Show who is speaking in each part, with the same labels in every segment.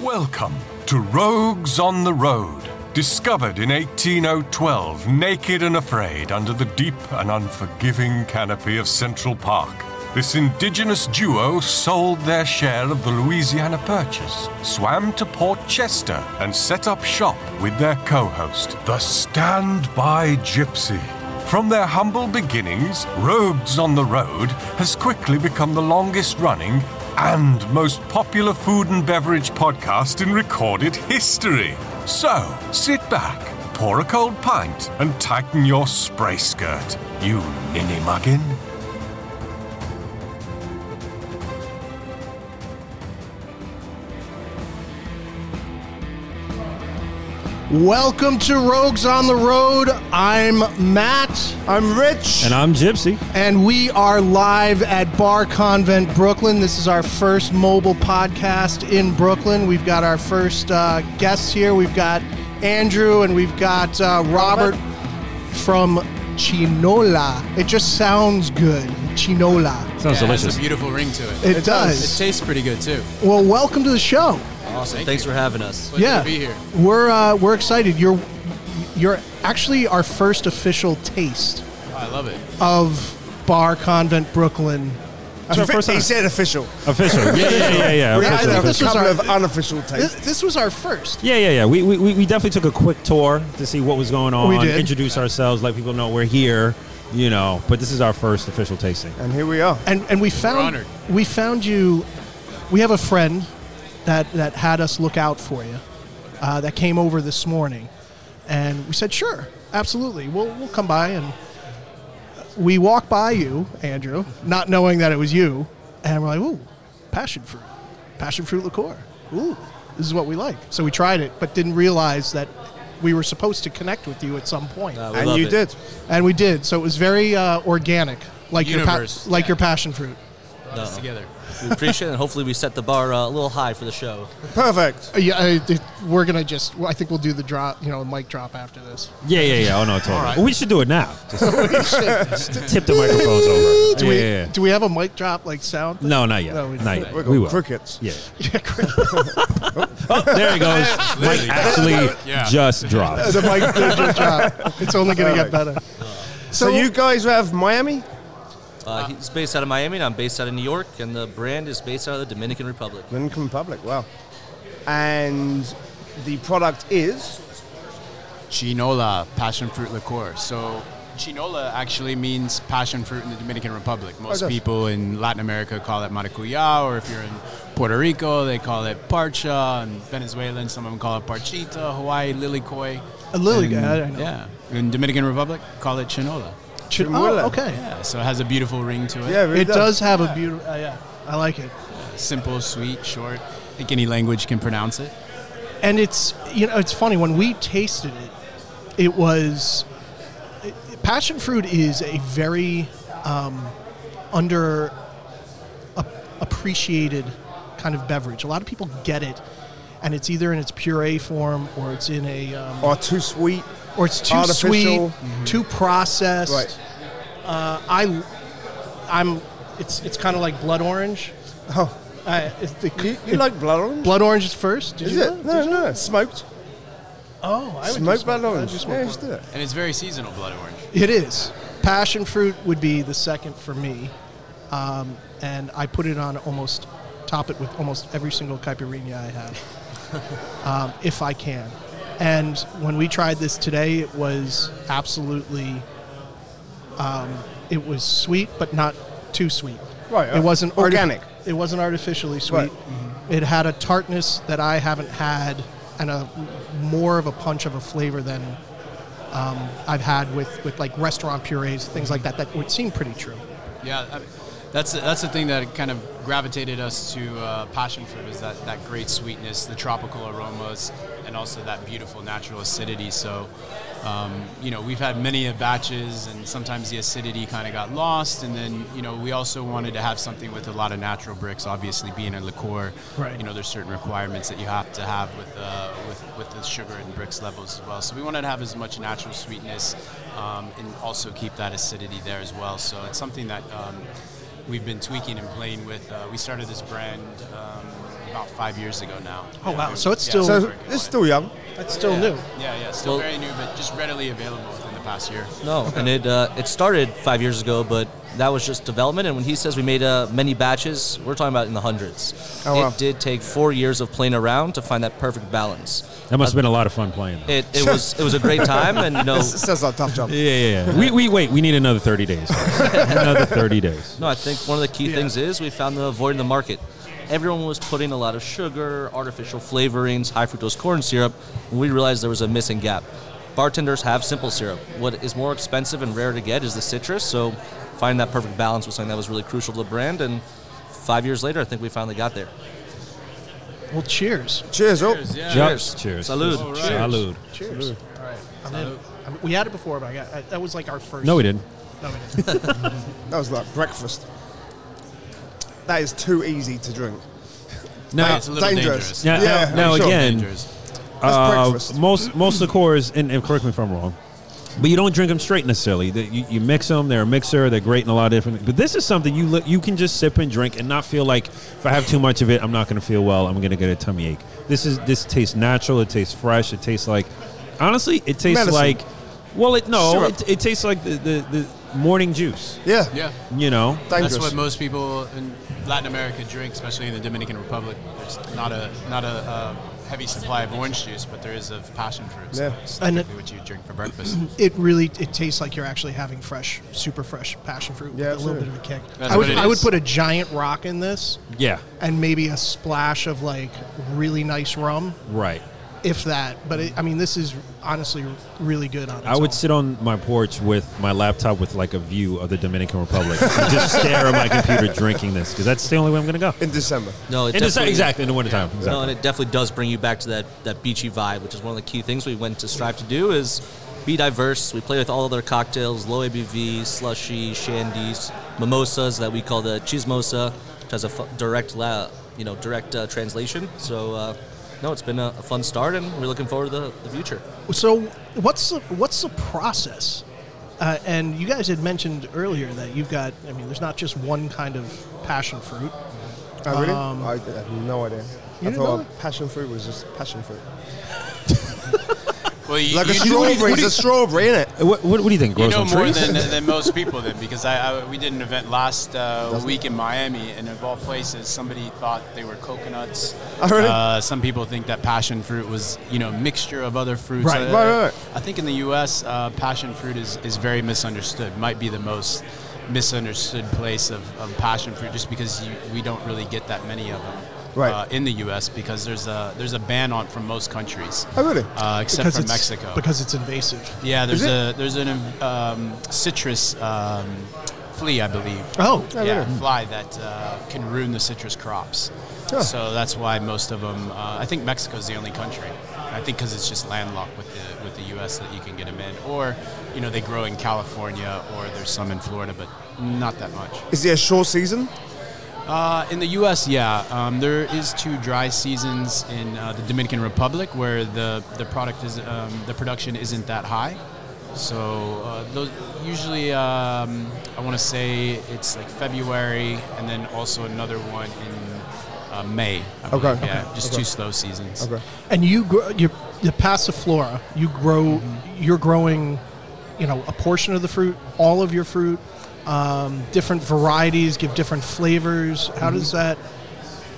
Speaker 1: Welcome to Rogues on the Road, discovered in 18012, naked and afraid under the deep and unforgiving canopy of Central Park. This indigenous duo sold their share of the Louisiana Purchase, swam to Port Chester, and set up shop with their co host, the Standby Gypsy. From their humble beginnings, Rogues on the Road has quickly become the longest running and most popular food and beverage podcast in recorded history. So, sit back, pour a cold pint, and tighten your spray skirt, you ninny muggin.
Speaker 2: Welcome to Rogues on the Road. I'm Matt. I'm Rich.
Speaker 3: And I'm Gypsy.
Speaker 2: And we are live at Bar Convent Brooklyn. This is our first mobile podcast in Brooklyn. We've got our first uh, guests here. We've got Andrew and we've got uh, Robert from Chinola. It just sounds good. Chinola.
Speaker 3: Sounds
Speaker 4: Yeah, it has
Speaker 3: delicious.
Speaker 4: a beautiful ring to it.
Speaker 2: It, does.
Speaker 4: It tastes pretty good too.
Speaker 2: well, welcome to the show.
Speaker 4: Awesome.
Speaker 5: Thanks for having us.
Speaker 4: Pleasure
Speaker 2: yeah,
Speaker 4: to be here.
Speaker 2: we're uh, we're excited. You're you're actually our first official taste.
Speaker 4: Oh, I love it.
Speaker 2: of Bar Convent Brooklyn.
Speaker 3: That's our first
Speaker 6: He
Speaker 3: time.
Speaker 6: said official.
Speaker 3: Official. Yeah, yeah, yeah, yeah.
Speaker 6: We
Speaker 2: I
Speaker 6: had
Speaker 3: Official,
Speaker 2: thought
Speaker 6: a
Speaker 2: this
Speaker 3: official.
Speaker 2: was
Speaker 6: couple
Speaker 2: our-
Speaker 6: of unofficial
Speaker 2: This,
Speaker 6: takes.
Speaker 2: this was our first.
Speaker 3: Yeah, yeah, yeah. We, we, we we definitely took a quick tour to see what was going on.
Speaker 2: We did.
Speaker 3: Introduce ourselves, let people know we're here, you know. But this is our first official tasting.
Speaker 6: And here we are.
Speaker 2: And and we found
Speaker 4: honored.
Speaker 2: we found you. We have a friend that that had us look out for you. Uh, that came over this morning, and we said, "Sure, absolutely, we'll we'll come by." And we walked by you, Andrew, not knowing that it was you, and we're like, "Ooh, passion fruit, passion fruit liqueur. Ooh, this is what we like." So we tried it, but didn't realize that we were supposed to connect with you at some point.
Speaker 5: Uh, we
Speaker 6: And
Speaker 5: love
Speaker 6: you
Speaker 5: it.
Speaker 6: did.
Speaker 2: and we did. So it was very uh, organic, like your
Speaker 4: Universe,
Speaker 2: pa- like
Speaker 4: yeah.
Speaker 2: your passion fruit.
Speaker 4: Brought us together.
Speaker 5: We appreciate it. And hopefully, we set the bar uh, a little high for the show.
Speaker 6: Perfect.
Speaker 2: Uh, Yeah, I, th- we're gonna just. I think we'll do the drop, you know, mic drop after this.
Speaker 3: Yeah, yeah, yeah. Oh no, totally.
Speaker 4: right.
Speaker 3: We should do it now. Just tip the microphones over.
Speaker 2: Do
Speaker 3: yeah,
Speaker 2: we?
Speaker 3: yeah, yeah.
Speaker 2: Do we have a mic drop like sound?
Speaker 3: No, not yet.
Speaker 2: No, we-
Speaker 3: not yet.
Speaker 6: We're
Speaker 3: We
Speaker 6: going
Speaker 3: will.
Speaker 6: crickets.
Speaker 3: Yeah. oh, there he goes. Mike actually
Speaker 4: Yeah.
Speaker 3: just dropped.
Speaker 2: The mic did just drop. It's only gonna get better.
Speaker 6: So, you guys have Miami?
Speaker 5: Uh, he's based out of Miami, and I'm based out of New York, and the brand is based out of the Dominican Republic.
Speaker 6: Dominican Republic. Wow. And the product is
Speaker 4: Chinola, passion fruit liqueur. So Chinola actually means passion fruit in the Dominican
Speaker 2: Oh,
Speaker 4: Republic. Most
Speaker 6: does.
Speaker 4: people in Latin America call it maracuya, or if you're in Puerto Rico, they call it parcha. And Venezuelan, some of them call it parchita. Hawaii, lily koi.
Speaker 2: A lily
Speaker 4: And-
Speaker 2: guy. I know.
Speaker 4: Yeah. In Dominican Republic, call it chinola.
Speaker 2: Should- oh,
Speaker 6: Chimula.
Speaker 2: okay.
Speaker 4: Yeah. So it has a beautiful ring to it.
Speaker 6: yeah, it, really
Speaker 2: It does have a beautiful. Uh, yeah, I like it.
Speaker 4: Simple, sweet, short. I think any language can pronounce it.
Speaker 2: And it's you know it's funny when we tasted it, it was passion fruit is a very um, under ap- appreciated kind of beverage. A lot of people get it, and it's either in its puree form or it's in a um,
Speaker 6: Or Oh, too sweet.
Speaker 2: or it's too
Speaker 6: artificial. Mm-hmm.
Speaker 2: sweet, too processed.
Speaker 6: Right.
Speaker 2: Uh, I I'm it's it's kind of like blood orange.
Speaker 6: Oh,
Speaker 2: I, it's the,
Speaker 6: you, you like blood orange?
Speaker 2: blood orange is first? Did
Speaker 6: Is
Speaker 2: you
Speaker 6: it? No, no. Smoked.
Speaker 2: Oh, I would do
Speaker 6: Smoked
Speaker 2: smoke.
Speaker 6: blood
Speaker 2: I'd
Speaker 6: orange.
Speaker 2: do smoke
Speaker 6: Yeah,
Speaker 2: blood.
Speaker 6: just do it.
Speaker 4: And it's very seasonal, blood orange.
Speaker 2: It is. Passion fruit would be the second for me, um, and I put it on almost top it with almost every single caipirinha I have, um, if I can. And when we tried this today, it was absolutely. Um, it was sweet, but not too sweet.
Speaker 6: Right,
Speaker 2: It
Speaker 6: uh,
Speaker 2: wasn't arti-
Speaker 6: organic.
Speaker 2: it wasn't artificially sweet. Mm-hmm.
Speaker 6: Right.
Speaker 2: It had a tartness that I haven't had, and a more of a punch of a flavor than um, I've had with, with like restaurant purees, things like that, that would seem pretty true.
Speaker 4: Yeah, I, that's that's the thing that kind of gravitated us to uh, passion fruit is that that great sweetness, the tropical aromas, and also that beautiful natural acidity. So, um, you know, we've had many of batches, and sometimes the acidity kind of got lost. And then, you know, we also wanted to have something with a lot of natural bricks. Obviously, being a liqueur,
Speaker 2: Right.
Speaker 4: you know, there's certain requirements that you have to have with uh, with with the sugar and bricks levels as well. So we wanted to have as much natural sweetness um, and also keep that acidity there as well. So it's something that um, we've been tweaking and playing with. Uh, we started this brand um, about five years ago now.
Speaker 2: Oh, wow. So it's
Speaker 4: Yeah,
Speaker 2: still-
Speaker 4: we're
Speaker 6: So
Speaker 4: working on
Speaker 6: it's
Speaker 4: it.
Speaker 6: still young.
Speaker 2: That's still
Speaker 4: yeah.
Speaker 2: new.
Speaker 4: Yeah, yeah, still
Speaker 5: Well-
Speaker 4: very new, but just readily available within the past year.
Speaker 5: No, and it uh, it started five years ago, but that was just development. And when he says we made uh, many batches, we're talking about in the hundreds.
Speaker 6: Oh, wow.
Speaker 5: It did take four years of playing around to find that perfect balance.
Speaker 3: That must have been a lot of fun playing. Though.
Speaker 5: It, it was it was a great time, and you know,
Speaker 6: It sounds like a tough job.
Speaker 3: yeah, yeah, yeah. we, we wait. We need another thirty days. another thirty days.
Speaker 5: no, I think one of the key things is we found the void in the market. Everyone was putting a lot of sugar, artificial flavorings, high fructose corn syrup, and we realized there was a missing gap. Bartenders have simple syrup. What is more expensive and rare to get is the citrus. So, finding that perfect balance was something that was really crucial to the brand. And five years later, I think we finally got there.
Speaker 2: Well, cheers.
Speaker 6: Cheers. Oh,
Speaker 4: Cheers, yeah.
Speaker 3: Cheers. Cheers.
Speaker 5: Salud.
Speaker 4: All right.
Speaker 3: Salud.
Speaker 2: Cheers.
Speaker 4: All right.
Speaker 2: I'm in.
Speaker 4: Salud.
Speaker 2: I'm- we had it before, but I got, I, that was like our first.
Speaker 3: No, we didn't.
Speaker 2: No, we didn't.
Speaker 6: that was like breakfast. That is too easy to drink.
Speaker 3: Now,
Speaker 4: It's a little
Speaker 6: Uh, dangerous.
Speaker 4: dangerous.
Speaker 3: now,
Speaker 6: Yeah,
Speaker 3: now, now
Speaker 6: sure.
Speaker 3: again,
Speaker 4: Dangerous.
Speaker 3: uh,
Speaker 6: breakfast.
Speaker 3: most most liqueurs, and, and correct me if I'm wrong, but you don't drink them straight necessarily. That You, you mix them. They're a mixer. They're great in a lot of different. But this is something you look, you can just sip and drink and not feel like if I have too much of it, I'm not going to feel well. I'm going to get a tummy ache. This is this tastes natural. It tastes fresh. It tastes like honestly, it tastes
Speaker 6: Medicine.
Speaker 3: like well, it no,
Speaker 6: Syrup.
Speaker 3: it, it tastes like the, the, the morning juice.
Speaker 6: Yeah.
Speaker 4: Yeah.
Speaker 3: You know,
Speaker 6: Dangerous.
Speaker 4: That's what most people in Latin America drink, especially in the Dominican Republic. There's not a not a uh, heavy supply of orange juice, but there is of passion fruit. So
Speaker 6: Yeah.
Speaker 4: it's
Speaker 2: And
Speaker 4: typically what you drink for breakfast.
Speaker 2: it really it tastes like you're actually having fresh, super fresh passion fruit
Speaker 6: Yeah,
Speaker 2: with a little bit
Speaker 6: absolutely.
Speaker 2: of a kick.
Speaker 4: That's
Speaker 2: I would
Speaker 4: what it
Speaker 2: I would
Speaker 4: is.
Speaker 2: put a giant rock in this
Speaker 3: yeah,
Speaker 2: and maybe a splash of like really nice rum,
Speaker 3: right.
Speaker 2: if that. But it, I mean, this is honestly really good on. Its
Speaker 3: I would
Speaker 2: own.
Speaker 3: sit on my porch with my laptop with like a view of the Dominican Republic, and just stare at my computer drinking this because that's the only way I'm going to go.
Speaker 6: in December.
Speaker 5: No, it
Speaker 3: In the-
Speaker 5: definitely-
Speaker 3: exactly in the wintertime.
Speaker 5: No,
Speaker 3: Exactly.
Speaker 5: and it definitely does bring you back to that, that beachy vibe, which is one of the key things we went to strive to do is be diverse. We play with all other cocktails, low ABV, slushy, shandies, mimosas that we call the chismosa, which has a fu- direct, la- you know, direct uh, translation. So, uh, no, it's been a, a fun start, and we're looking forward to the, the future.
Speaker 2: So what's the, what's the process? Uh, and you guys had mentioned earlier that you've got. I mean, there's not just one kind of passion fruit.
Speaker 6: Oh, really?
Speaker 2: Um,
Speaker 6: I had no idea.
Speaker 2: You
Speaker 6: I
Speaker 2: didn't
Speaker 6: thought
Speaker 2: know
Speaker 6: passion fruit was just passion fruit.
Speaker 4: Well, you,
Speaker 6: Like a
Speaker 4: you-
Speaker 6: strawberry. It's a strawberry, is it?
Speaker 3: Uh, What, what, what do you think?
Speaker 4: You
Speaker 3: grows
Speaker 4: know
Speaker 3: on
Speaker 4: more
Speaker 3: trees?
Speaker 4: than, than most people then, because I, I we did an event last uh, week in Miami, and of all places, somebody thought they were coconuts.
Speaker 6: Oh, really?
Speaker 4: Uh, some people think that passion fruit was you know a mixture of other fruits.
Speaker 2: Right,
Speaker 4: Uh,
Speaker 6: right, right.
Speaker 4: I think in the U.S., uh, passion fruit is, is very misunderstood. Might be the most misunderstood place of, of passion fruit, just because you, we don't really get that many of them.
Speaker 6: Right.
Speaker 4: Uh, in the U.S., because there's a there's a ban on it from most countries,
Speaker 6: Oh, really?
Speaker 4: uh, except
Speaker 2: Because
Speaker 4: for
Speaker 2: it's,
Speaker 4: Mexico.
Speaker 2: Because it's invasive.
Speaker 4: Yeah, there's
Speaker 6: it?
Speaker 4: a there's an um, citrus um, flea, I believe.
Speaker 2: Oh,
Speaker 4: yeah, fly that uh, can ruin the citrus crops.
Speaker 6: Huh.
Speaker 4: So that's why most of them. Uh, I think Mexico's the only country. I think because it's just landlocked with the with the U.S. that you can get them in, or you know they grow in California, or there's some in Florida, but not that much.
Speaker 6: Is there a short season?
Speaker 4: Uh, in the U.S., yeah, um, there is two dry seasons in uh, the Dominican Republic where the the product is um, the production isn't that high. So uh, those usually, um, I want to say it's like February, and then also another one in uh, May. I
Speaker 6: Okay,
Speaker 4: believe,
Speaker 6: okay,
Speaker 4: yeah, just
Speaker 6: okay.
Speaker 4: two slow seasons.
Speaker 6: Okay.
Speaker 2: And you grow your the passiflora. You grow.
Speaker 4: Mm-hmm.
Speaker 2: You're growing, you know, a portion of the fruit, all of your fruit. Um, different varieties give different flavors. How
Speaker 4: Mm-hmm.
Speaker 2: does that?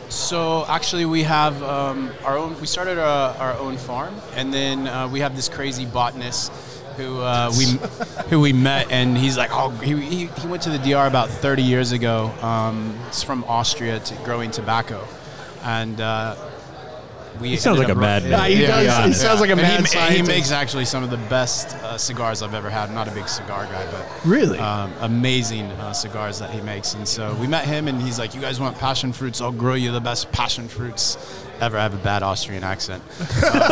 Speaker 4: So actually, we have um, our own. We started our, our own farm, and then uh, we have this crazy botanist who uh, we who we met, and he's like, oh, he, he, he went to the DR about 30 years ago. Um, it's from Austria to growing tobacco, and. Uh, we
Speaker 3: He sounds
Speaker 4: ended
Speaker 3: like
Speaker 4: up
Speaker 3: a madman,
Speaker 4: run-
Speaker 3: Yeah, he to be does. He honest.
Speaker 2: sounds like a
Speaker 4: And he
Speaker 2: mad
Speaker 4: ma- He
Speaker 2: scientist.
Speaker 4: makes actually some of the best uh, cigars I've ever had. I'm not a big cigar guy, but
Speaker 2: Really?
Speaker 4: um, amazing uh, cigars that he makes. And so we met him, and he's like, "You guys want passion fruits? I'll grow you the best passion fruits ever." I have a bad Austrian accent.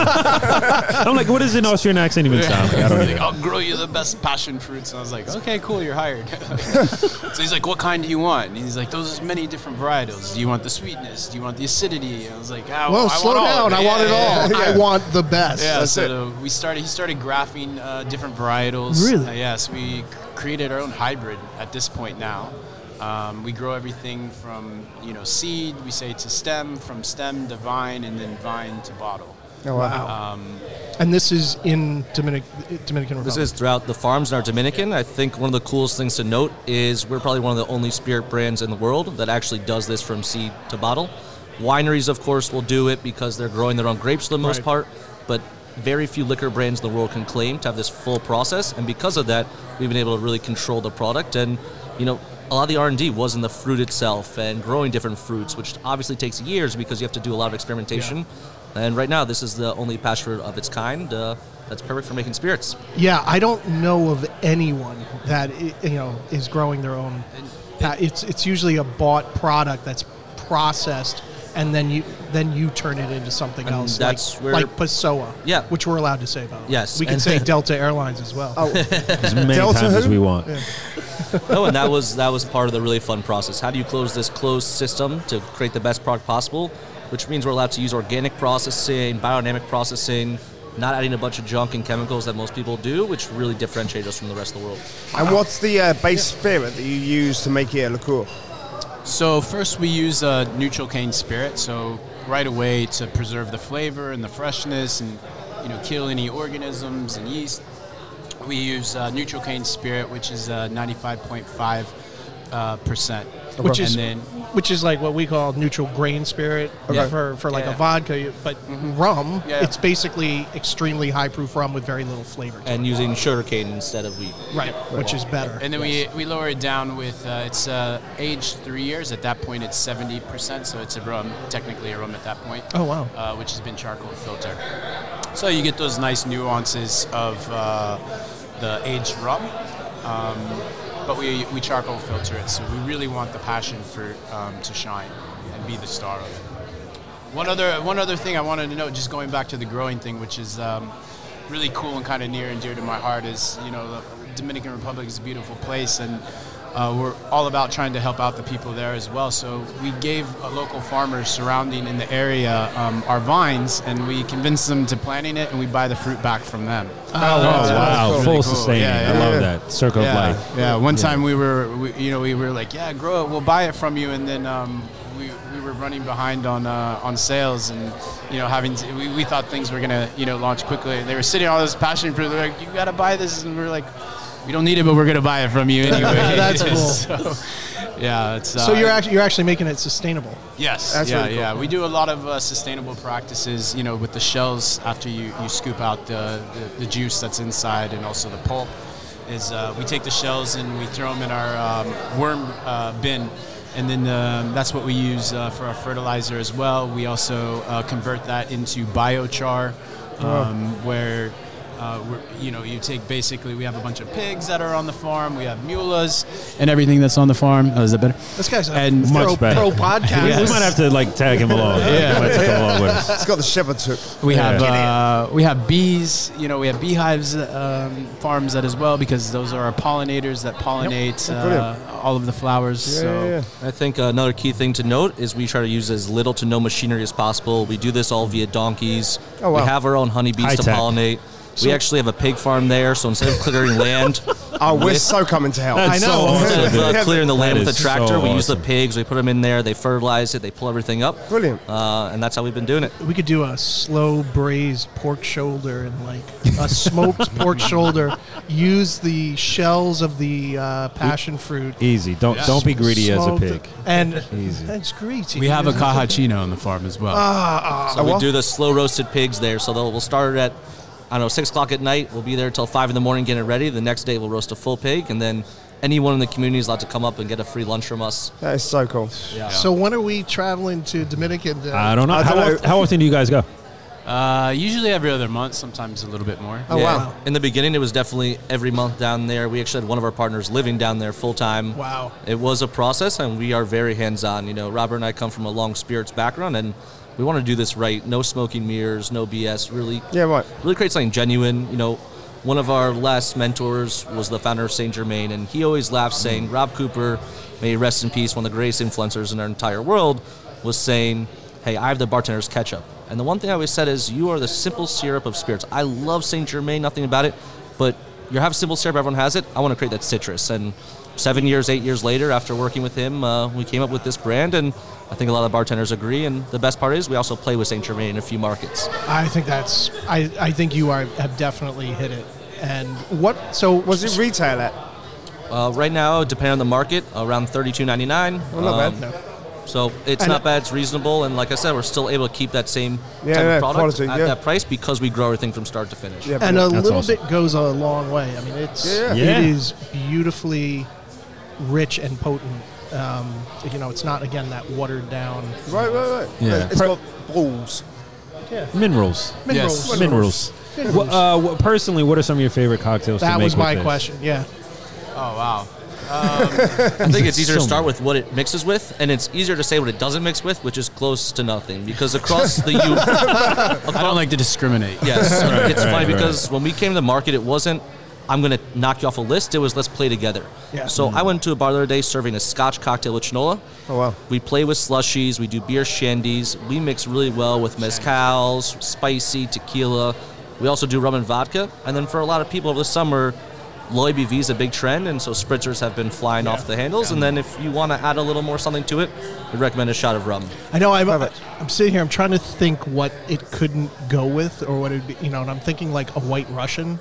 Speaker 3: I'm like, what does an Austrian accent even sound like? I don't
Speaker 4: He's like,
Speaker 3: know.
Speaker 4: I'll grow you the best passion fruits. And I was like, okay, cool, you're hired. so he's like, what kind do you want? And he's like, those are many different varietals. Do you want the sweetness? Do you want the acidity? And I was like, oh,
Speaker 2: Whoa,
Speaker 4: I
Speaker 2: slow
Speaker 4: want all of
Speaker 2: down! I want it
Speaker 4: Yeah, yeah,
Speaker 2: all.
Speaker 4: yeah.
Speaker 2: I want the best.
Speaker 4: Yeah,
Speaker 6: That's
Speaker 4: so we started. He started graphing uh, different varietals.
Speaker 2: Really?
Speaker 4: Uh, yes, we c- created our own hybrid at this point now, Um, we grow everything from you know seed, we say to stem, from stem to vine, and then vine to bottle.
Speaker 6: Oh, wow.
Speaker 2: Um, And this is in Dominic, Dominican Republic.
Speaker 5: This is throughout the farms in our Dominican. I think one of the coolest things to note is we're probably one of the only spirit brands in the world that actually does this from seed to bottle. Wineries, of course, will do it because they're growing their own grapes for the most
Speaker 2: Right.
Speaker 5: part, but very few liquor brands in the world can claim to have this full process. And because of that, we've been able to really control the product. And you know, a lot of the R and D was in the fruit itself and growing different fruits, which obviously takes years because you have to do a lot of experimentation. And right now, this is the only pasture of its kind uh, that's perfect for making spirits.
Speaker 2: yeah, I don't know of anyone that i- you know is growing their own. pa- It's it's usually a bought product that's processed, and then you then you turn it into something
Speaker 5: And
Speaker 2: else.
Speaker 5: that's
Speaker 2: like,
Speaker 5: where-
Speaker 2: like Pessoa,
Speaker 5: Yeah.
Speaker 2: which we're allowed to say about.
Speaker 5: Yes,
Speaker 2: we can
Speaker 5: and-
Speaker 2: say Delta Airlines as well.
Speaker 3: as many
Speaker 6: Delta
Speaker 3: times as
Speaker 6: who?
Speaker 3: we want.
Speaker 5: no, Oh, and that was that was part of the really fun process. How do you close this closed system to create the best product possible? Which means we're allowed to use organic processing, biodynamic processing, not adding a bunch of junk and chemicals that most people do, which really differentiate us from the rest of the world.
Speaker 6: And what's the uh, base spirit that you use to make it a liqueur?
Speaker 4: So first we use a neutral cane spirit, so right away to preserve the flavor and the freshness and you know kill any organisms and yeast. We use uh, neutral cane spirit, which is uh, 95.5 uh, percent,
Speaker 2: which is
Speaker 4: and then
Speaker 2: which is like what we call neutral grain spirit
Speaker 4: Okay.
Speaker 2: for, for like
Speaker 4: Yeah.
Speaker 2: a vodka, you- but rum.
Speaker 4: Yeah.
Speaker 2: It's basically extremely high proof rum with very little flavor, to it.
Speaker 5: And using sugarcane instead of wheat.
Speaker 2: right? Which is better.
Speaker 4: and then we, we lower it down with uh, it's uh, aged three years. At that point, it's 70 percent, so it's a rum, technically a rum at that point.
Speaker 2: Oh, wow.
Speaker 4: Uh, which has been charcoal filtered. So you get those nice nuances of uh, the aged rum, um, but we, we charcoal filter it, so we really want the passion fruit um, to shine and be the star of it. One other one other thing I wanted to note, just going back to the growing thing, which is um, really cool and kind of near and dear to my heart, is you know the Dominican Republic is a beautiful place, and uh, we're all about trying to help out the people there as well. So we gave uh, local farmers surrounding in the area um, our vines, and we convinced them to planting it, and we buy the fruit back from them.
Speaker 3: Oh, wow.
Speaker 4: cool.
Speaker 3: Full
Speaker 4: Really cool.
Speaker 3: sustaining.
Speaker 4: Yeah,
Speaker 3: I
Speaker 4: yeah.
Speaker 3: love that. Circle
Speaker 4: yeah,
Speaker 3: of life.
Speaker 4: Yeah, one time we were, we, you know, we were like, yeah, grow it, we'll buy it from you, and then um, we, we were running behind on uh, on sales, and you know, having to, we, we thought things were gonna, you know, launch quickly. And they were sitting on this passion fruit. They're like, you gotta buy this, and we are like, we don't need it, but we're gonna buy it from you anyway.
Speaker 2: That's cool.
Speaker 4: So, yeah, it's. Uh,
Speaker 2: so you're actually you're actually making it sustainable.
Speaker 4: Yes.
Speaker 6: That's
Speaker 4: yeah,
Speaker 6: really cool.
Speaker 4: yeah. We do a lot of uh, sustainable practices, you know, with the shells after you, you scoop out the, the, the juice that's inside and also the pulp. Is uh, we take the shells and we throw them in our um, worm uh, bin, and then um, that's what we use uh, for our fertilizer as well. We also uh, convert that into biochar,
Speaker 6: Oh.
Speaker 4: um, where uh, we're, you know, you take basically, we have a bunch of pigs that are on the farm, we have mulas, and everything that's on the farm. Oh, is that better?
Speaker 2: This guy's a
Speaker 4: And
Speaker 2: pro,
Speaker 3: Much better.
Speaker 2: pro podcast.
Speaker 3: We, we might have to like tag him along.
Speaker 4: Yeah.
Speaker 3: He might have to come along with us.
Speaker 6: It's got the shepherd's hook.
Speaker 4: We
Speaker 3: Yeah.
Speaker 4: have
Speaker 3: Get
Speaker 4: uh, we have bees. You know, we have beehives um, farms that as well because those are our pollinators that pollinate
Speaker 6: Brilliant.
Speaker 4: uh, all of the flowers. so
Speaker 5: I think another key thing to note is we try to use as little to no machinery as possible. We do this all via donkeys.
Speaker 6: Oh, wow.
Speaker 5: We have our own honeybees
Speaker 3: High
Speaker 5: to
Speaker 3: tech.
Speaker 5: pollinate. we actually have a pig farm there, so instead of clearing land,
Speaker 6: Oh, we're so coming to help.
Speaker 3: That's
Speaker 2: I know.
Speaker 3: so awesome,
Speaker 5: instead of
Speaker 3: dude.
Speaker 5: uh, clearing the land
Speaker 3: That
Speaker 5: with the
Speaker 3: is
Speaker 5: tractor,
Speaker 3: so
Speaker 5: we use the
Speaker 3: awesome.
Speaker 5: pigs. We put them in there. They fertilize it. They pull everything up.
Speaker 6: Brilliant.
Speaker 5: Uh, and that's how we've been doing it.
Speaker 2: We could do a slow braised pork shoulder and like a smoked pork shoulder. Use the shells of the uh, passion fruit.
Speaker 3: Easy. Don't don't be greedy as a
Speaker 2: smoked
Speaker 3: pig.
Speaker 2: And
Speaker 3: Easy.
Speaker 2: that's greedy.
Speaker 4: we have a
Speaker 2: isn't it?
Speaker 4: cajachino on the farm as well.
Speaker 6: Oh,
Speaker 5: So we do the slow roasted pigs there. So they'll, we'll start at I don't know six o'clock at night. We'll be there till five in the morning getting it ready. The next day we'll roast a full pig, and then anyone in the community is allowed to come up and get a free lunch from us.
Speaker 6: That is so cool.
Speaker 2: So when are we traveling to Dominican? To,
Speaker 3: I don't know.
Speaker 6: I
Speaker 3: how,
Speaker 6: don't know.
Speaker 3: Often, how often do you guys go?
Speaker 4: uh, usually every other month, sometimes a little bit more.
Speaker 6: Oh,
Speaker 5: Yeah.
Speaker 6: wow.
Speaker 5: In the beginning, it was definitely every month down there. We actually had one of our partners living down there full time.
Speaker 2: Wow.
Speaker 5: It was a process, and we are very hands on. You know, Robert and I come from a long spirits background, and we want to do this right. No smoking mirrors, no BS. Really,
Speaker 6: Yeah, right.
Speaker 5: really create something genuine. You know, one of our last mentors was the founder of Saint Germain, and he always laughs saying, "Rob Cooper, may he rest in peace, one of the greatest influencers in our entire world," was saying, "Hey, I have the bartender's ketchup." And the one thing I always said is, "You are the simple syrup of spirits." I love Saint Germain, nothing about it, but you have simple syrup, everyone has it. I want to create that citrus. And seven years, eight years later, after working with him, uh, we came up with this brand, and I think a lot of bartenders agree. And the best part is, we also play with Saint Germain in a few markets.
Speaker 2: I think that's. I, I think you are have definitely hit it. And what? So
Speaker 6: Was it retail at?
Speaker 5: Uh, right now, depending on the market, around thirty-two ninety-nine.
Speaker 6: Well, not bad.
Speaker 2: No.
Speaker 5: So it's
Speaker 2: And-
Speaker 5: not bad. It's reasonable, and like I said, we're still able to keep that same
Speaker 6: Yeah,
Speaker 5: type
Speaker 6: yeah,
Speaker 5: of product
Speaker 6: quality,
Speaker 5: at
Speaker 6: yeah.
Speaker 5: that price because we grow everything from start to finish.
Speaker 6: Yeah,
Speaker 2: and a
Speaker 3: That's
Speaker 2: little
Speaker 3: awesome.
Speaker 2: bit goes a long way. I mean, it's
Speaker 6: Yeah,
Speaker 3: yeah. Yeah.
Speaker 2: it is beautifully rich and potent. Um, you know, it's not again that watered down
Speaker 6: right, right, right.
Speaker 3: Yeah.
Speaker 6: It's got balls.
Speaker 3: Minerals.
Speaker 2: minerals.
Speaker 4: Yes.
Speaker 3: Minerals. Well, uh, well, personally, what are some of your favorite cocktails? to
Speaker 2: That
Speaker 3: make
Speaker 2: was
Speaker 3: with
Speaker 2: my
Speaker 3: this?
Speaker 2: question. Yeah,
Speaker 4: Oh wow.
Speaker 5: I think it's easier to
Speaker 3: So
Speaker 5: start
Speaker 3: many.
Speaker 5: with what it mixes with, and it's easier to say what it doesn't mix with, which is close to nothing. Because across the U,
Speaker 4: I don't like to discriminate.
Speaker 5: yes, it's
Speaker 3: right, right.
Speaker 5: funny because when we came to the market, it wasn't. I'm going to knock you off a list. It was let's play together.
Speaker 2: Yeah.
Speaker 5: So
Speaker 3: Mm-hmm.
Speaker 5: I went to a bar the other day serving a Scotch cocktail with chinola.
Speaker 6: Oh, wow.
Speaker 5: We play with slushies. We do beer shandies. We mix really well with mezcals, spicy tequila. We also do rum and vodka. And then for a lot of people over the summer, low ABV is a big trend, and so spritzers have been flying off the handles. And then if you want to add a little more something to it, I'd recommend a shot of rum.
Speaker 2: I know. I'm
Speaker 6: Perfect.
Speaker 2: I'm sitting here. I'm trying to think what it couldn't go with, or what it'd be. You know, and I'm thinking like a White Russian.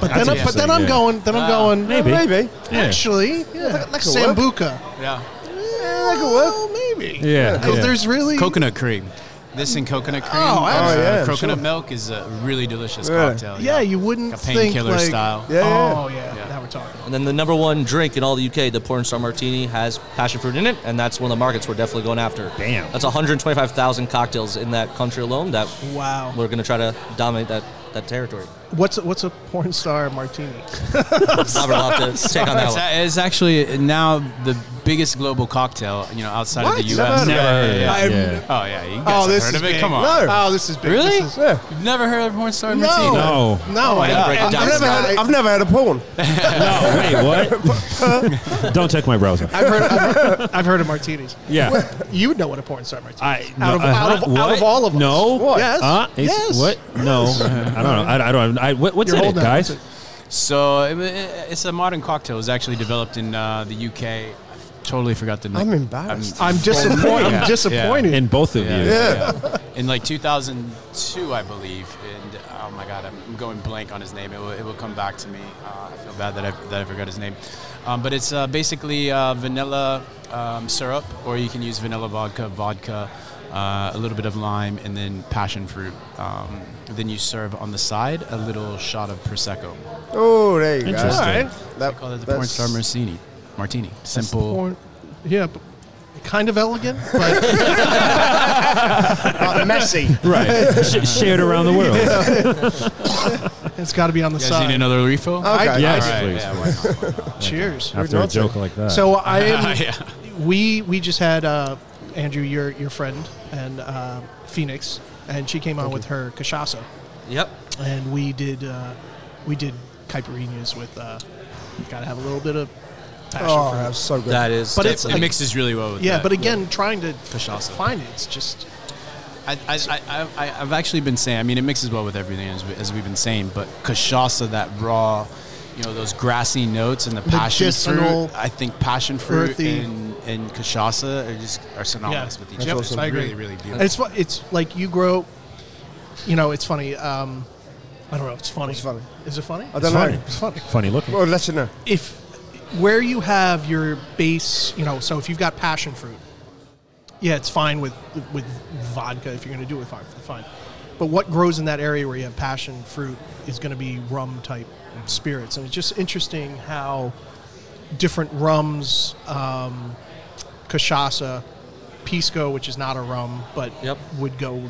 Speaker 2: But then,
Speaker 3: a
Speaker 2: I'm, but
Speaker 3: guess,
Speaker 2: then I'm
Speaker 3: yeah.
Speaker 2: going. Then I'm going.
Speaker 3: Maybe.
Speaker 6: Maybe.
Speaker 3: Yeah.
Speaker 2: Actually, yeah,
Speaker 6: that-
Speaker 2: like
Speaker 6: that could work.
Speaker 2: sambuca.
Speaker 4: Yeah.
Speaker 2: that could work. maybe.
Speaker 3: Yeah,
Speaker 2: Because
Speaker 3: yeah.
Speaker 2: there's really
Speaker 4: Coconut cream. This and coconut cream.
Speaker 2: Oh,
Speaker 4: uh,
Speaker 2: absolutely.
Speaker 6: Oh, yeah,
Speaker 4: coconut
Speaker 6: sure.
Speaker 4: milk is a really delicious
Speaker 6: Yeah.
Speaker 4: cocktail.
Speaker 2: Yeah, you wouldn't
Speaker 4: Oh, Like a
Speaker 2: think
Speaker 4: painkiller
Speaker 2: like
Speaker 4: style.
Speaker 6: Yeah, yeah.
Speaker 2: Oh yeah,
Speaker 4: Yeah.
Speaker 2: now we're talking.
Speaker 5: And then the number one drink in all the UK, the Porn Star Martini, has passion fruit in it, and that's one of the markets we're definitely going after.
Speaker 3: Damn.
Speaker 5: That's 125,000 cocktails in that country alone that
Speaker 2: Wow.
Speaker 5: we're going to try to dominate that, that territory.
Speaker 2: What's a, what's a porn star martini?
Speaker 5: Robert will have to take on that
Speaker 4: It's,
Speaker 5: one.
Speaker 4: a- it's actually now the biggest global cocktail, you know, outside
Speaker 2: What?
Speaker 4: of the U.S.
Speaker 2: Never heard of
Speaker 4: Yeah,
Speaker 3: Yeah,
Speaker 4: yeah, yeah.
Speaker 3: yeah, yeah.
Speaker 2: I'm-
Speaker 4: Oh yeah, you guys
Speaker 2: Oh,
Speaker 4: have
Speaker 2: this
Speaker 4: heard
Speaker 2: is
Speaker 4: of it.
Speaker 2: big.
Speaker 4: Come on,
Speaker 6: No.
Speaker 2: Oh, this is big.
Speaker 4: really?
Speaker 2: This is-
Speaker 6: Yeah.
Speaker 4: You've never heard of porn star
Speaker 2: no.
Speaker 4: martini?
Speaker 3: No.
Speaker 4: Oh,
Speaker 2: No.
Speaker 5: I gotta break it
Speaker 2: I've
Speaker 5: down.
Speaker 2: never had-
Speaker 6: I've never had a porn.
Speaker 3: No, wait, what? Don't check my browser.
Speaker 2: I've heard, I've, heard, I've heard of martinis.
Speaker 3: Yeah.
Speaker 2: You would know what a porn star martini?
Speaker 3: I,
Speaker 2: is. out,
Speaker 3: no,
Speaker 2: of,
Speaker 3: uh,
Speaker 2: out, of,
Speaker 3: what?
Speaker 2: out of all of us.
Speaker 3: No.
Speaker 6: What?
Speaker 2: Yes.
Speaker 3: Uh, it's-
Speaker 2: yes.
Speaker 3: What? No. I don't know. I, I don't. I, what, what's
Speaker 2: You're
Speaker 3: in it,
Speaker 2: holding
Speaker 3: guys?
Speaker 2: on.
Speaker 4: So it, it- it's a modern cocktail. It was actually developed in uh, the UK. I totally forgot the name.
Speaker 6: I'm embarrassed.
Speaker 2: I'm disappointed.
Speaker 4: Yeah.
Speaker 2: I'm disappointed.
Speaker 3: In both of you.
Speaker 6: Yeah.
Speaker 4: in like 2002, I believe. And oh my God, I'm going blank on his name. It will, it will come back to me. Uh, I feel bad that I, that I forgot his name. Um, but it's uh, basically uh, vanilla um, syrup, or you can use vanilla vodka, vodka, uh, a little bit of lime, and then passion fruit. Um, then you serve on the side a little shot of prosecco.
Speaker 6: Oh, there you go.
Speaker 3: Interesting.
Speaker 2: All right.
Speaker 6: That,
Speaker 4: I call it the
Speaker 6: Oh, that's-
Speaker 4: porn star martini. Martini. Simple.
Speaker 2: Porn- yeah. But kind of elegant, but
Speaker 6: Like messy.
Speaker 3: Right. Sh- shared around the world.
Speaker 2: it's got to be on the
Speaker 4: You guys
Speaker 2: side.
Speaker 4: need another refill?
Speaker 6: Okay.
Speaker 3: Yeah.
Speaker 4: All right,
Speaker 3: Please.
Speaker 4: yeah, why not?
Speaker 2: Cheers.
Speaker 3: After a
Speaker 6: Nothing.
Speaker 3: joke like that.
Speaker 2: So I am.
Speaker 4: Yeah.
Speaker 2: We we just had uh, Andrew, your your friend, and uh, Phoenix, and she came on with her cachaça,
Speaker 5: Yep.
Speaker 2: and we did uh, we did caipirinhas with. Uh, gotta have a little bit of passion
Speaker 6: Oh,
Speaker 2: fruit.
Speaker 6: that was so good.
Speaker 5: That is.
Speaker 2: But
Speaker 5: But
Speaker 2: it's
Speaker 4: it
Speaker 2: like-
Speaker 4: mixes really well with
Speaker 2: yeah,
Speaker 4: that.
Speaker 2: but again, trying to
Speaker 4: Cachaça.
Speaker 2: find it, it's just
Speaker 4: I, I, I, I, I've actually been saying, I mean, it mixes well with everything as, we, as we've been saying, but cachaça, that raw, you know, those grassy notes and the passion
Speaker 2: Medicinal,
Speaker 4: fruit. I think passion fruit
Speaker 2: earthy.
Speaker 4: and, and cachaça are just are synonymous
Speaker 2: Yeah.
Speaker 4: with each
Speaker 2: That's
Speaker 4: other.
Speaker 2: awesome.
Speaker 4: It's
Speaker 2: I agree.
Speaker 4: really, really beautiful.
Speaker 2: and it's fu- it's like you grow. You know, it's funny. Um, I don't know. It's funny.
Speaker 6: It's funny.
Speaker 2: Is it funny?
Speaker 6: I don't
Speaker 3: funny.
Speaker 6: know.
Speaker 2: It's funny.
Speaker 3: funny looking.
Speaker 6: Well, let you know.
Speaker 2: if where you have your base, you know, so if you've got passion fruit, yeah, it's fine with with vodka if you're going to do it fine, fine. But what grows in that area where you have passion fruit is going to be rum type spirits, and it's just interesting how different rums, um, cachaça, pisco, which is not a rum, but
Speaker 5: Yep.
Speaker 2: would go,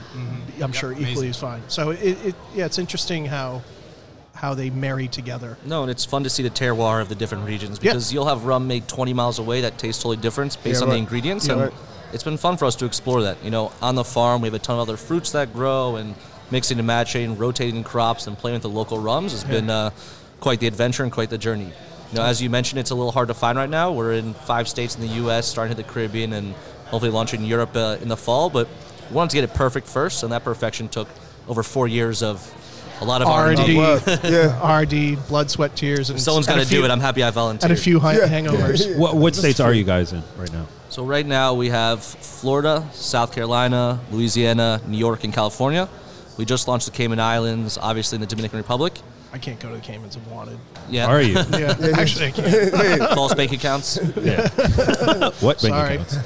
Speaker 2: I'm sure, equally
Speaker 4: amazing.
Speaker 2: as fine. So it, it, yeah, it's interesting how how they marry together.
Speaker 5: no, and it's fun to see the terroir of the different regions
Speaker 2: Yeah.
Speaker 5: because you'll have rum made 20 miles away that tastes totally different based
Speaker 6: Yeah,
Speaker 5: on
Speaker 6: right.
Speaker 5: the ingredients.
Speaker 6: Yeah,
Speaker 5: and
Speaker 6: right.
Speaker 5: it's been fun for us to explore that. You know, on the farm, we have a ton of other fruits that grow and mixing and matching, rotating crops, and playing with the local rums has been uh, quite the adventure and quite the journey. You know, as you mentioned, it's a little hard to find right now. We're in five states in the U.S., starting to the Caribbean, and hopefully launching in Europe uh, in the fall. But we wanted to get it perfect first, and that perfection took over four years of A lot of
Speaker 2: RD,
Speaker 5: R&D.
Speaker 6: uh, Yeah.
Speaker 2: RD, blood, sweat, tears, and
Speaker 5: Someone's
Speaker 2: and
Speaker 5: got
Speaker 2: a
Speaker 5: to do
Speaker 2: few-
Speaker 5: it. I'm happy I
Speaker 2: and
Speaker 5: volunteered.
Speaker 2: a few hi-
Speaker 6: Yeah.
Speaker 2: hangovers.
Speaker 3: What, what states are you guys in right now?
Speaker 5: So right now we have Florida, South Carolina, Louisiana, New York, and California. We just launched the Cayman Islands, obviously in the Dominican Republic.
Speaker 2: I can't go to the Caymans. I'm wanted.
Speaker 5: Yeah,
Speaker 3: Are you?
Speaker 2: Yeah, actually, I can't.
Speaker 5: false bank accounts.
Speaker 3: Yeah. what? bank
Speaker 2: Sorry.
Speaker 3: accounts?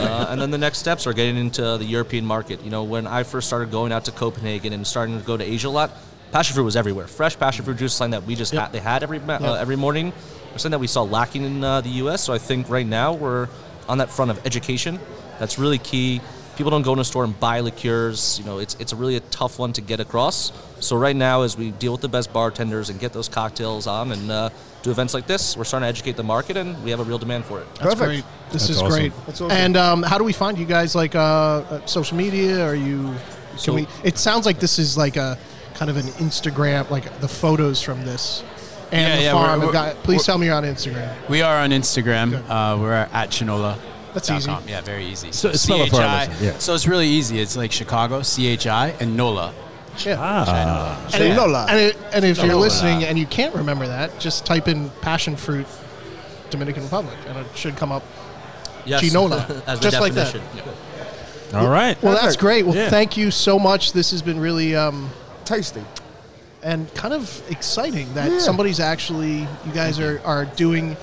Speaker 5: Uh, and then the next steps are getting into the European market. You know, when I first started going out to Copenhagen and starting to go to Asia a lot, passion fruit was everywhere. Fresh passion fruit juice, is something that we just
Speaker 2: Yep.
Speaker 5: had, they had every ma- uh,
Speaker 2: Yep.
Speaker 5: every morning, or something that we saw lacking in uh, the U.S. So I think right now we're on that front of education. That's really key. People don't go in a store and buy liqueurs. You know, it's it's a really a tough one to get across. So right now, as we deal with the best bartenders and get those cocktails on and uh, do events like this, we're starting to educate the market, and we have a real demand for it.
Speaker 2: That's
Speaker 6: Perfect.
Speaker 2: great. This
Speaker 3: That's
Speaker 2: is
Speaker 3: awesome.
Speaker 2: great.
Speaker 6: That's awesome.
Speaker 2: And um, how do we find you guys? Like uh, uh, social media? Are you? Can
Speaker 5: So-
Speaker 2: we? It sounds like this is like a kind of an Instagram. Like the photos from this and
Speaker 4: Yeah,
Speaker 2: the
Speaker 4: yeah,
Speaker 2: farm.
Speaker 4: we're-
Speaker 2: have
Speaker 4: we're-
Speaker 2: got- please
Speaker 4: we're-
Speaker 2: tell me you're on Instagram.
Speaker 4: We are on Instagram. Uh, we're at Chinola.
Speaker 2: That's easy.
Speaker 4: Yeah, very easy.
Speaker 3: So- spell it for our
Speaker 4: CHI
Speaker 3: listener, yeah.
Speaker 4: So it's really easy. It's like Chicago, CHI, and Nola.
Speaker 2: Yeah.
Speaker 3: Ah.
Speaker 2: And, it-
Speaker 6: Chinola.
Speaker 2: and, it- and if you're
Speaker 4: Chinola.
Speaker 2: listening and you can't remember that, just type in passion fruit, Dominican Republic, and it should come up.
Speaker 5: Yes.
Speaker 2: Ginola.
Speaker 5: as the
Speaker 2: Just like that.
Speaker 5: definition.
Speaker 3: All right.
Speaker 2: Well, that's great. Well,
Speaker 3: Yeah.
Speaker 2: thank you so much. This has been really um,
Speaker 6: Tasty.
Speaker 2: and kind of exciting that
Speaker 6: Yeah.
Speaker 2: somebody's actually you guys are, are doing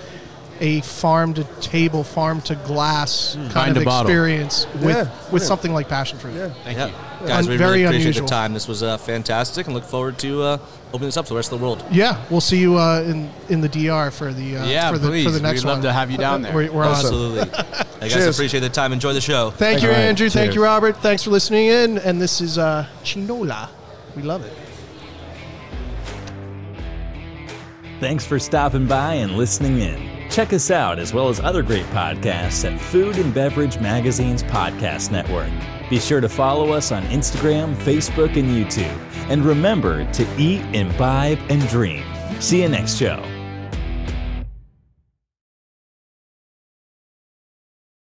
Speaker 2: a farm to table, farm to glass kind
Speaker 4: Bind
Speaker 2: of
Speaker 4: a Hmm. bottle.
Speaker 2: experience with
Speaker 6: Yeah,
Speaker 2: with
Speaker 6: yeah.
Speaker 2: something like passion fruit.
Speaker 6: Yeah.
Speaker 4: Thank
Speaker 5: Yeah.
Speaker 4: you.
Speaker 5: Guys,
Speaker 2: Un-
Speaker 5: we
Speaker 2: very
Speaker 5: really appreciate
Speaker 2: unusual.
Speaker 5: the time. This was uh, fantastic and look forward to uh, opening this up to the rest of the world.
Speaker 2: Yeah, we'll see you uh, in in the DR for the uh,
Speaker 4: Yeah,
Speaker 2: for the for
Speaker 4: please.
Speaker 2: the
Speaker 4: We'd
Speaker 2: next
Speaker 4: love
Speaker 2: one.
Speaker 4: to have you down there.
Speaker 2: We're, we're on.
Speaker 5: Absolutely. I guys
Speaker 6: Cheers.
Speaker 5: appreciate the time. Enjoy the show.
Speaker 2: Thank you,
Speaker 3: All right,
Speaker 2: Andrew. Thank you,
Speaker 3: cheers.
Speaker 2: Robert. Thanks for listening in. And this is uh, Chinola. We love it.
Speaker 7: Thanks for stopping by and listening in. Check us out as well as other great podcasts at Food and Beverage Magazine's Podcast Network. Be sure to follow us on Instagram, Facebook, and YouTube. And remember to eat, imbibe, and dream. See you next show.